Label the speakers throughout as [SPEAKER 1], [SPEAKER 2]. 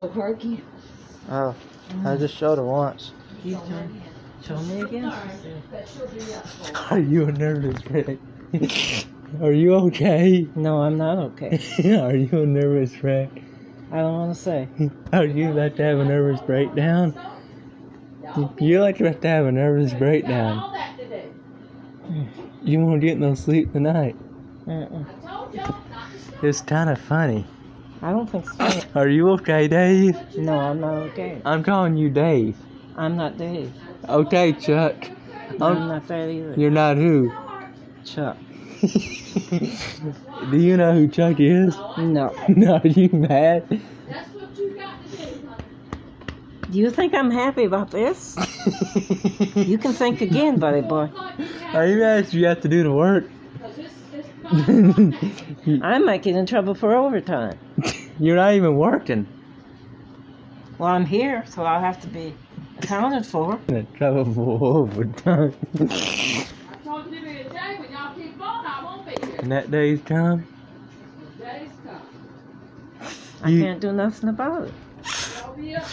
[SPEAKER 1] With her again.
[SPEAKER 2] Oh, I just showed her once.
[SPEAKER 3] Keep turn. Show me again. she said.
[SPEAKER 1] But she'll be up for it.
[SPEAKER 3] Are you nervous, Rick? Are you okay?
[SPEAKER 4] No, I'm not okay.
[SPEAKER 3] Are you a nervous wreck?
[SPEAKER 4] I don't want to say.
[SPEAKER 3] Are you about to have a nervous breakdown? You like about to have a nervous breakdown.
[SPEAKER 1] All that to do.
[SPEAKER 3] You won't get no sleep tonight.
[SPEAKER 4] Mm-mm.
[SPEAKER 1] I told y'all not to stop.
[SPEAKER 3] It's kind of funny.
[SPEAKER 4] I don't think so.
[SPEAKER 3] Are you okay, Dave?
[SPEAKER 4] No, I'm not okay.
[SPEAKER 3] I'm calling you Dave.
[SPEAKER 4] I'm not Dave.
[SPEAKER 3] Okay, Chuck.
[SPEAKER 4] I'm
[SPEAKER 3] I'm,
[SPEAKER 4] not that either.
[SPEAKER 3] you're not who?
[SPEAKER 4] Chuck.
[SPEAKER 3] Do you know who Chuck is?
[SPEAKER 4] No.
[SPEAKER 3] No, are you mad?
[SPEAKER 1] That's what you got to do, honey.
[SPEAKER 4] Do you think I'm happy about this? You can think again, buddy boy.
[SPEAKER 1] Like you have,
[SPEAKER 3] Are you mad if you have to do the work?
[SPEAKER 1] 'cause this, this,
[SPEAKER 4] I might get in trouble for overtime.
[SPEAKER 3] You're not even working.
[SPEAKER 4] Well, I'm here, so I'll have to be accounted for.
[SPEAKER 3] In trouble for overtime.
[SPEAKER 1] I told you the other day, when y'all keep on, I won't be here.
[SPEAKER 3] and that day's come.
[SPEAKER 1] Days come.
[SPEAKER 4] I
[SPEAKER 3] You-
[SPEAKER 4] can't do nothing about it.
[SPEAKER 1] Y'all be up.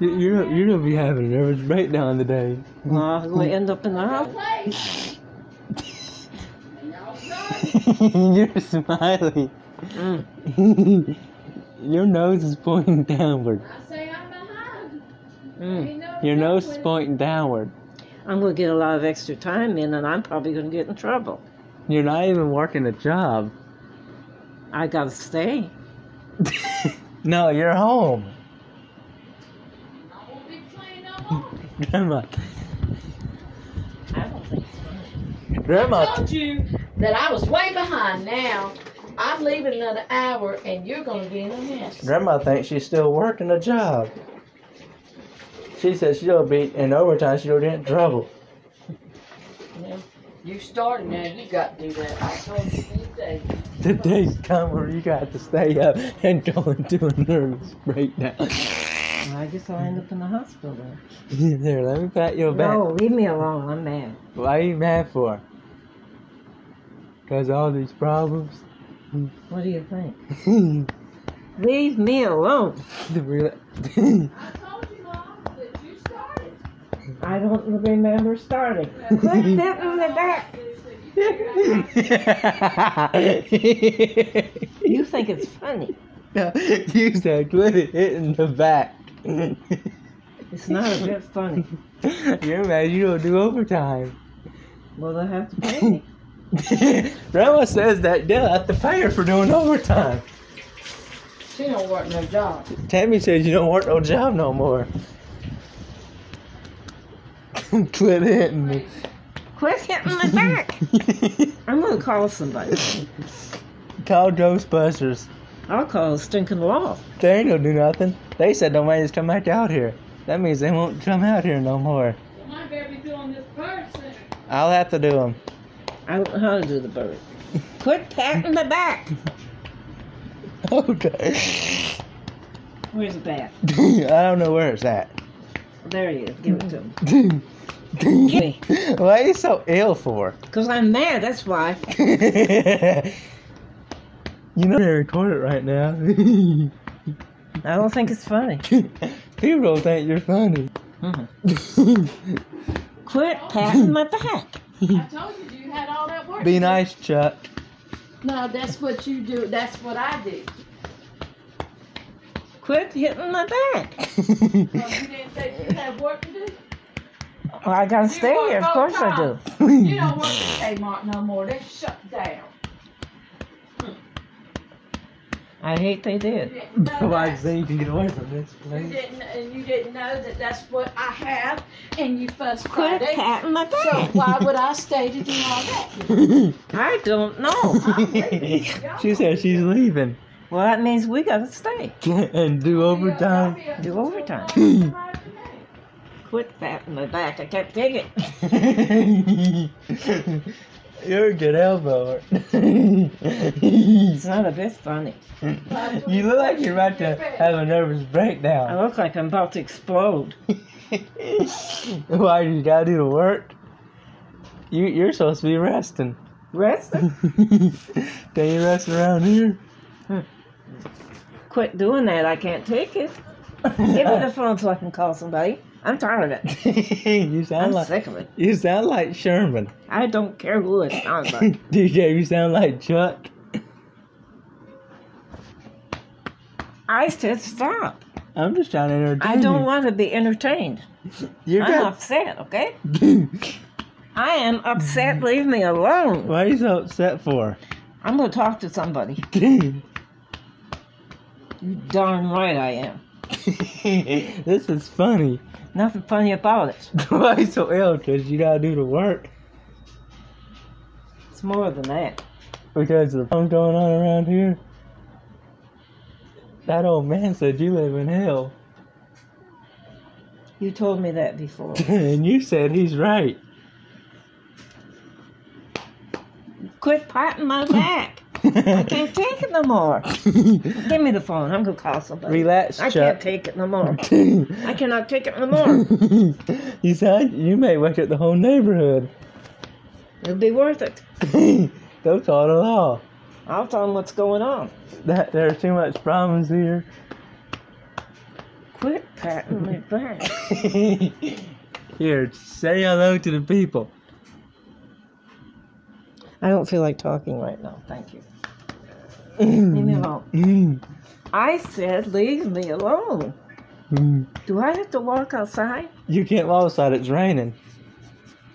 [SPEAKER 3] You- You're you're gonna be having a nervous breakdown today.
[SPEAKER 4] Well, I'll go end up in the house.
[SPEAKER 1] Play. And y'all done.
[SPEAKER 3] you're smiling.
[SPEAKER 4] Mm.
[SPEAKER 3] Your nose is pointing downward.
[SPEAKER 1] I say I'm behind.
[SPEAKER 4] Mm.
[SPEAKER 1] Ain't no
[SPEAKER 3] Hmm. Your nose is
[SPEAKER 1] doing.
[SPEAKER 3] pointing downward.
[SPEAKER 4] I'm going to get a lot of extra time in, and I'm probably going to get in trouble.
[SPEAKER 3] You're not even working a job.
[SPEAKER 4] I got to stay.
[SPEAKER 3] No, you're home.
[SPEAKER 1] I won't be playing no more.
[SPEAKER 3] Grandma.
[SPEAKER 4] I don't think so.
[SPEAKER 3] Grandma.
[SPEAKER 1] I told you that I was way behind now. I'm leaving another hour and you're gonna be in a mess.
[SPEAKER 3] Grandma thinks she's still working a job. She says she'll be in overtime. She'll get in trouble.
[SPEAKER 1] You started now, you got to do that. I told you these days.
[SPEAKER 3] The day's come where you got to stay up and go into a nervous breakdown.
[SPEAKER 4] Well, I guess I'll end up in the hospital then.
[SPEAKER 3] there, let me pat your back.
[SPEAKER 4] No, leave me alone. I'm mad.
[SPEAKER 3] Why are you mad for? Cause all these problems.
[SPEAKER 4] What do you think?
[SPEAKER 3] The
[SPEAKER 4] Leave me alone.
[SPEAKER 3] rela-
[SPEAKER 1] I told you, Mom, that you started.
[SPEAKER 4] I don't remember starting. Put that on the back. You think it's funny.
[SPEAKER 3] No, you said quit it hit in the back.
[SPEAKER 4] It's not a bit funny.
[SPEAKER 3] You're mad you don't do overtime.
[SPEAKER 4] Well, they'll have to pay me.
[SPEAKER 3] Grandma says that they'll have to pay her for doing overtime.
[SPEAKER 1] She don't work no job.
[SPEAKER 3] Tammy says you don't work no job no more. quit hitting me.
[SPEAKER 4] Quit hitting my back. I'm going to call somebody.
[SPEAKER 3] Call Ghostbusters.
[SPEAKER 4] I'll call the stinking law.
[SPEAKER 3] They ain't gonna do nothing. They said nobody's come back out here. That means they won't come out here no more.
[SPEAKER 1] I better be doing this person.
[SPEAKER 3] I'll have to do them.
[SPEAKER 4] I don't know how to do the bird. Quit patting my back.
[SPEAKER 3] Okay.
[SPEAKER 4] Where's the bat?
[SPEAKER 3] I don't know where it's at.
[SPEAKER 4] There he is. Give it to him. me.
[SPEAKER 3] Why are you so ill for?
[SPEAKER 4] Because I'm mad, that's why.
[SPEAKER 3] you know they record it right now.
[SPEAKER 4] I don't think it's funny.
[SPEAKER 3] People don't think you're funny.
[SPEAKER 4] Mhm. Quit patting my back.
[SPEAKER 1] I told you you had all that work.
[SPEAKER 3] Be nice, Chuck.
[SPEAKER 1] No, that's what you do. That's what I do.
[SPEAKER 4] Quit hitting my back.
[SPEAKER 1] Because you didn't say you had work to do.
[SPEAKER 4] Well, I gotta stay
[SPEAKER 1] work
[SPEAKER 4] here. Of course I do.
[SPEAKER 1] overtime. You don't work at Kmart no more. They shut down.
[SPEAKER 4] I hate they
[SPEAKER 1] You
[SPEAKER 4] did.
[SPEAKER 1] didn't know
[SPEAKER 3] Like,
[SPEAKER 1] that.
[SPEAKER 3] so you can get away from this
[SPEAKER 1] You
[SPEAKER 3] place.
[SPEAKER 1] didn't, and you didn't know that that's what I have, and you fussed
[SPEAKER 4] Quit
[SPEAKER 1] Friday.
[SPEAKER 4] patting my
[SPEAKER 1] So
[SPEAKER 4] back.
[SPEAKER 1] why would I stay to do all that?
[SPEAKER 4] I don't know.
[SPEAKER 3] she said she's leaving
[SPEAKER 4] Well, that means we gotta stay.
[SPEAKER 3] and do overtime.
[SPEAKER 4] Do overtime. Quit patting my back. I can't take it.
[SPEAKER 3] You're a good elbower. you
[SPEAKER 4] It's not a bit funny.
[SPEAKER 3] look like you're about to have a nervous
[SPEAKER 4] I
[SPEAKER 3] breakdown.
[SPEAKER 4] look like I'm about to explode.
[SPEAKER 3] Why you gotta do the work? You you're supposed to be resting.
[SPEAKER 4] Rest?
[SPEAKER 3] Can you rest around here?
[SPEAKER 4] Quit doing that. I can't take it. Give me the phone so I can call somebody. I'm tired of it.
[SPEAKER 3] you
[SPEAKER 4] I'm
[SPEAKER 3] sound like
[SPEAKER 4] sick of it.
[SPEAKER 3] you sound like Sherman.
[SPEAKER 4] I don't care who it's on, but
[SPEAKER 3] DJ, you sound like Chuck.
[SPEAKER 4] I said stop.
[SPEAKER 3] I'm just trying to entertain
[SPEAKER 4] I don't
[SPEAKER 3] you.
[SPEAKER 4] want to be entertained.
[SPEAKER 3] You're
[SPEAKER 4] I'm
[SPEAKER 3] good.
[SPEAKER 4] upset, okay? I am upset. Leave me alone.
[SPEAKER 3] Why are you so upset for?
[SPEAKER 4] I'm going to talk to somebody. You darn right I am.
[SPEAKER 3] this is funny.
[SPEAKER 4] Nothing funny about it.
[SPEAKER 3] Why you so ill? Because you gotta do the work.
[SPEAKER 4] It's more than that.
[SPEAKER 3] Because of the fun going on around here. That old man said you live in hell.
[SPEAKER 4] You told me that before.
[SPEAKER 3] and you said he's right.
[SPEAKER 4] Quit patting my back. I can't take it no more. Give me the phone. I'm going to call somebody.
[SPEAKER 3] Relax,
[SPEAKER 4] I can't
[SPEAKER 3] Chuck.
[SPEAKER 4] take it no more. I cannot take it no more.
[SPEAKER 3] you sound you may wake up the whole neighborhood.
[SPEAKER 4] It'll be worth it.
[SPEAKER 3] Don't call the law.
[SPEAKER 4] I'll tell them what's going on.
[SPEAKER 3] That there's too much problems here.
[SPEAKER 4] Quit patting my back.
[SPEAKER 3] here, say hello to the people.
[SPEAKER 4] I don't feel like talking right now. Thank you. Leave me alone. I said, leave me alone. Do I have to walk outside?
[SPEAKER 3] You can't walk outside. It's raining.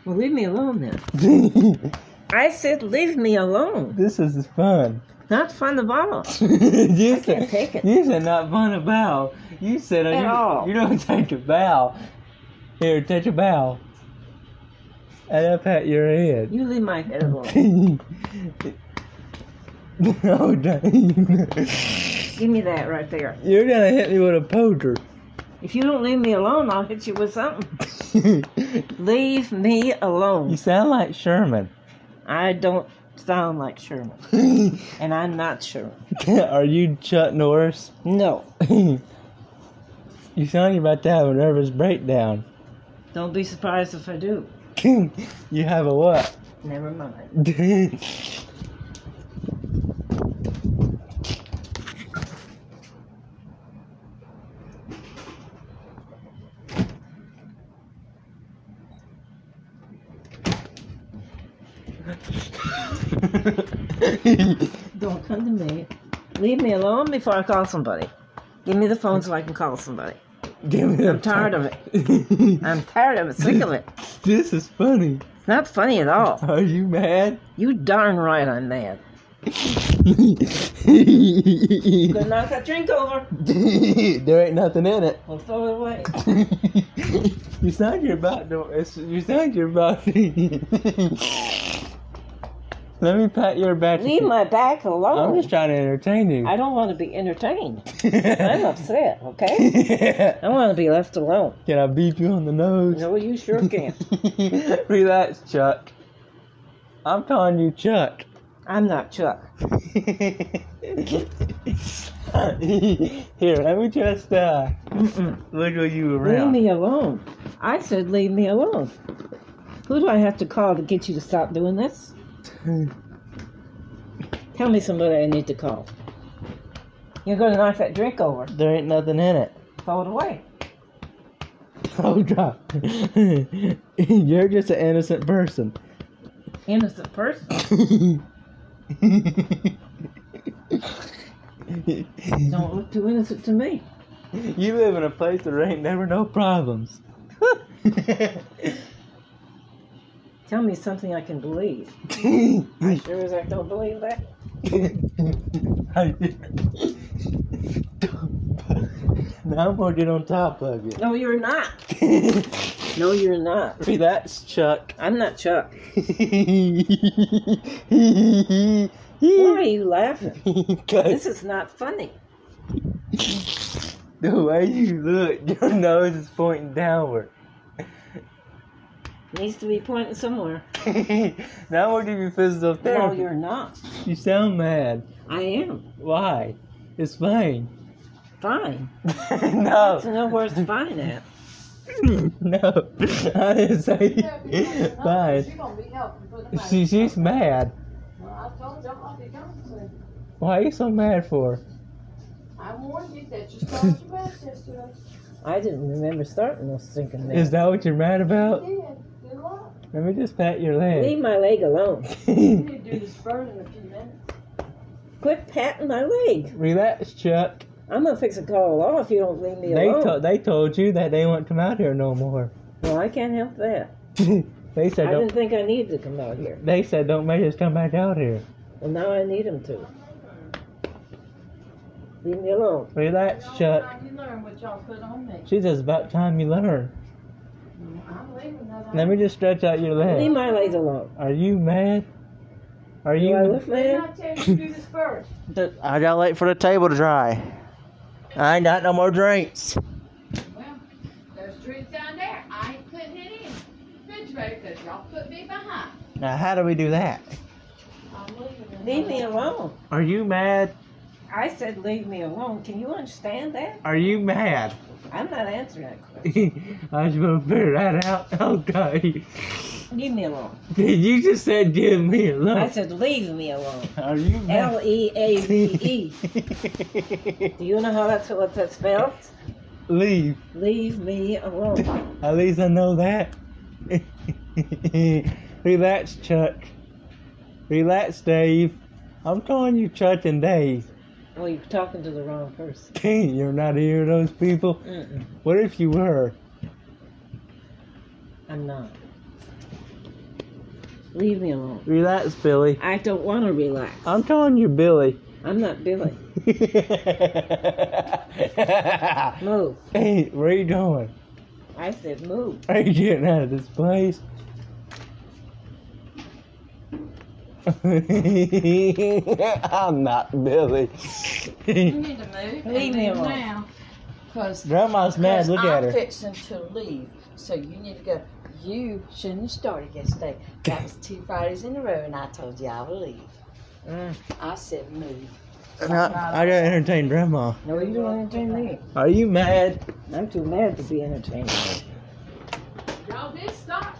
[SPEAKER 4] Well, leave me alone then. I said, leave me alone.
[SPEAKER 3] this is fun.
[SPEAKER 4] Not fun at all.
[SPEAKER 3] you
[SPEAKER 4] I can't take it.
[SPEAKER 3] You said not fun a bow. You said
[SPEAKER 4] At
[SPEAKER 3] you,
[SPEAKER 4] all.
[SPEAKER 3] you don't take a bow. Here, take a bow. And I pat your head.
[SPEAKER 4] You leave my head alone.
[SPEAKER 3] oh, dang.
[SPEAKER 4] Give me that right there.
[SPEAKER 3] You're gonna hit me with a poker.
[SPEAKER 4] If you don't leave me alone, I'll hit you with something. Leave me
[SPEAKER 3] you
[SPEAKER 4] alone.
[SPEAKER 3] sound like Sherman.
[SPEAKER 4] I don't sound like Sherman, and I'm not Sherman.
[SPEAKER 3] Are you Chuck Norris?
[SPEAKER 4] No,
[SPEAKER 3] you sound like you're about to have a nervous breakdown.
[SPEAKER 4] don't be surprised if I do.
[SPEAKER 3] you have a what?
[SPEAKER 4] Never mind. Don't come to me. Leave me alone before I call somebody. Give me the phone so I can call somebody. I'm tired of it.
[SPEAKER 3] it.
[SPEAKER 4] I'm tired of it. Sick of it.
[SPEAKER 3] this is funny.
[SPEAKER 4] It's not funny at all.
[SPEAKER 3] Are you mad?
[SPEAKER 4] You darn right I'm mad. Gonna knock that drink over.
[SPEAKER 3] there ain't nothing in it.
[SPEAKER 4] Well, throw it away.
[SPEAKER 3] you sound you're about to. It's, you sound you're about. Let me pat your back.
[SPEAKER 4] Leave my back
[SPEAKER 3] I'm
[SPEAKER 4] alone.
[SPEAKER 3] just trying to entertain you.
[SPEAKER 4] I don't want to be entertained. I'm upset, okay? I
[SPEAKER 3] Can
[SPEAKER 4] want to be left alone.
[SPEAKER 3] I beat you on the nose?
[SPEAKER 4] No, you sure can't.
[SPEAKER 3] Relax, Chuck. I'm calling you Chuck.
[SPEAKER 4] I'm not Chuck.
[SPEAKER 3] Here, let me just uh,
[SPEAKER 4] Mm-mm.
[SPEAKER 3] wiggle you
[SPEAKER 4] Leave
[SPEAKER 3] around.
[SPEAKER 4] me alone. I said, leave me alone. Who do I have to call to get you to stop doing this? Tell me somebody I need to call. You're going to knock that drink over.
[SPEAKER 3] There ain't nothing in it.
[SPEAKER 4] Throw it away.
[SPEAKER 3] Oh God, you're just an innocent person.
[SPEAKER 4] Innocent person.
[SPEAKER 3] you
[SPEAKER 4] Don't look too innocent to me.
[SPEAKER 3] live in a place where there ain't never no problems.
[SPEAKER 4] Tell me something I can believe. Sure as I don't believe that.
[SPEAKER 3] now I'm gonna get on top of
[SPEAKER 4] No, you're not.
[SPEAKER 3] you.
[SPEAKER 4] No, you're not.
[SPEAKER 3] That's Chuck.
[SPEAKER 4] I'm not Chuck. Why are
[SPEAKER 3] Why?
[SPEAKER 4] you laughing? This is not funny.
[SPEAKER 3] the way you look, your nose is pointing downward.
[SPEAKER 4] Needs to be pointing somewhere.
[SPEAKER 3] now we'll give you physical
[SPEAKER 4] No,
[SPEAKER 3] therapy.
[SPEAKER 4] you're not.
[SPEAKER 3] you sound mad.
[SPEAKER 4] I am.
[SPEAKER 3] Why? It's fine.
[SPEAKER 4] Fine.
[SPEAKER 3] no.
[SPEAKER 4] So know where's the fine at.
[SPEAKER 3] no. I didn't say
[SPEAKER 1] She
[SPEAKER 3] fine.
[SPEAKER 1] gonna be helping put them out.
[SPEAKER 3] She, she's mad.
[SPEAKER 1] Well, I told you, I'm gonna be coming soon.
[SPEAKER 3] Why are you so mad for?
[SPEAKER 1] I I warned you that you started your batch yesterday.
[SPEAKER 4] I didn't remember starting those stinking
[SPEAKER 3] Is
[SPEAKER 4] legs.
[SPEAKER 3] that what you're mad
[SPEAKER 1] You
[SPEAKER 3] about?
[SPEAKER 1] did. Good luck.
[SPEAKER 3] Let me just pat your
[SPEAKER 4] Leave
[SPEAKER 3] leg.
[SPEAKER 4] my leg alone.
[SPEAKER 1] You need to do this burn in a few minutes.
[SPEAKER 4] Quit patting my leg.
[SPEAKER 3] Relax, Chuck.
[SPEAKER 4] I'm gonna fix a call law if you don't leave me
[SPEAKER 3] They,
[SPEAKER 4] alone.
[SPEAKER 3] to- they told you that they wouldn't come out here no more.
[SPEAKER 4] well, I can't help that.
[SPEAKER 3] they
[SPEAKER 4] I
[SPEAKER 3] said
[SPEAKER 4] didn't
[SPEAKER 3] don't.
[SPEAKER 4] think I needed to come out here.
[SPEAKER 3] They said don't make us come back out here.
[SPEAKER 4] Well, now I need him to. Leave me alone.
[SPEAKER 3] Relax, Chuck.
[SPEAKER 1] Now You learn what y'all put on me.
[SPEAKER 3] She says about time you learn.
[SPEAKER 1] I'm leaving that.
[SPEAKER 3] Let me just stretch out your
[SPEAKER 4] Leave
[SPEAKER 3] leg.
[SPEAKER 4] my leg alone.
[SPEAKER 3] Are you mad? Are
[SPEAKER 4] Do I
[SPEAKER 3] you?
[SPEAKER 4] look
[SPEAKER 1] Did
[SPEAKER 4] mad?
[SPEAKER 1] I tell you to do this first?
[SPEAKER 2] I gotta wait for the table to dry. I ain't got no more drinks.
[SPEAKER 1] Well, there's trees down there. I ain't putting it in. Refrigerator, cause y'all put me behind.
[SPEAKER 2] Now, how do we do that?
[SPEAKER 1] I'm leaving.
[SPEAKER 4] Leave me alone.
[SPEAKER 3] Are you mad?
[SPEAKER 4] I said leave me alone. Can you understand that?
[SPEAKER 3] Are you mad?
[SPEAKER 4] I'm not answering that question.
[SPEAKER 3] I just want to figure that out. Okay.
[SPEAKER 4] Leave me alone.
[SPEAKER 3] You just said give me a
[SPEAKER 4] I
[SPEAKER 3] look.
[SPEAKER 4] said leave me alone.
[SPEAKER 3] Are you mad?
[SPEAKER 4] L E A V E. Do you know how that's what that spells?
[SPEAKER 3] Leave.
[SPEAKER 4] Leave me alone.
[SPEAKER 3] At least I know that. Relax, Chuck. Relax, Dave. I'm calling you Chuck and Dave.
[SPEAKER 4] Well, you're talking to the wrong person.
[SPEAKER 3] You're not here, those people.
[SPEAKER 4] Mm-mm,
[SPEAKER 3] What if you were?
[SPEAKER 4] I'm not. Leave me alone.
[SPEAKER 3] Relax, Billy.
[SPEAKER 4] I don't want to relax.
[SPEAKER 3] I'm calling you Billy.
[SPEAKER 4] I'm not Billy.
[SPEAKER 3] hey,
[SPEAKER 4] Move.
[SPEAKER 3] where you going?
[SPEAKER 4] I said move.
[SPEAKER 3] Are you getting out of this place? I'm not Billy.
[SPEAKER 1] You need to move.
[SPEAKER 4] Leave
[SPEAKER 1] and
[SPEAKER 4] me alone.
[SPEAKER 1] now, Cause.
[SPEAKER 3] Grandma's mad.
[SPEAKER 1] because
[SPEAKER 3] Look
[SPEAKER 1] I'm
[SPEAKER 3] at her.
[SPEAKER 1] fixing to leave, so you need to go. You shouldn't have started yesterday. That was two Fridays in a row, and I told you I would leave.
[SPEAKER 4] Mm.
[SPEAKER 1] I said move.
[SPEAKER 3] I, I gotta entertain Grandma.
[SPEAKER 4] No, you don't entertain me.
[SPEAKER 3] Are you mad?
[SPEAKER 4] I'm too mad to be entertained.
[SPEAKER 1] Y'all did stop.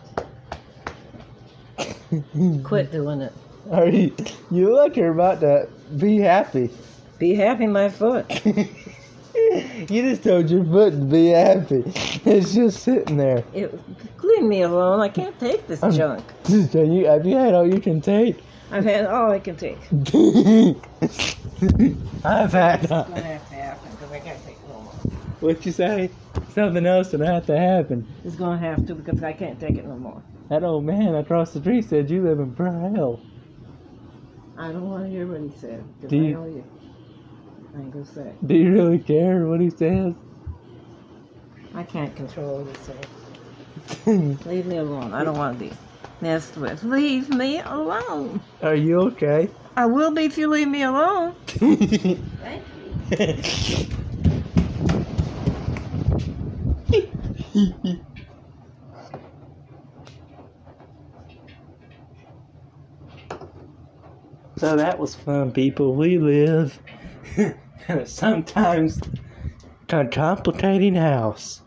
[SPEAKER 4] Quit doing it.
[SPEAKER 3] Are you? You look. You're about to be happy.
[SPEAKER 4] Be happy, my foot.
[SPEAKER 3] you just told your foot to be happy. It's just sitting there.
[SPEAKER 4] It, leave me alone. I can't take this
[SPEAKER 3] I'm-
[SPEAKER 4] junk.
[SPEAKER 3] Sister, you have you had all you can take?
[SPEAKER 4] I've had all I can take.
[SPEAKER 3] I've had.
[SPEAKER 4] have to happen because I can't take no more.
[SPEAKER 3] What you say? Something else that had to happen.
[SPEAKER 4] It's gonna have to because I can't take it no more.
[SPEAKER 3] That old man across the street said you live in pure hell.
[SPEAKER 4] I don't want to hear what he said. 'cause
[SPEAKER 3] Do
[SPEAKER 4] I
[SPEAKER 3] you-
[SPEAKER 4] know you. I ain't gonna say.
[SPEAKER 3] Do you really care what he says?
[SPEAKER 4] I can't control what he said. Leave me alone. I don't want to be messed with. Leave me alone.
[SPEAKER 3] Are you okay?
[SPEAKER 4] I will be if you leave me alone.
[SPEAKER 3] Thank you. so that was fun, people. We live in a sometimes complicating house.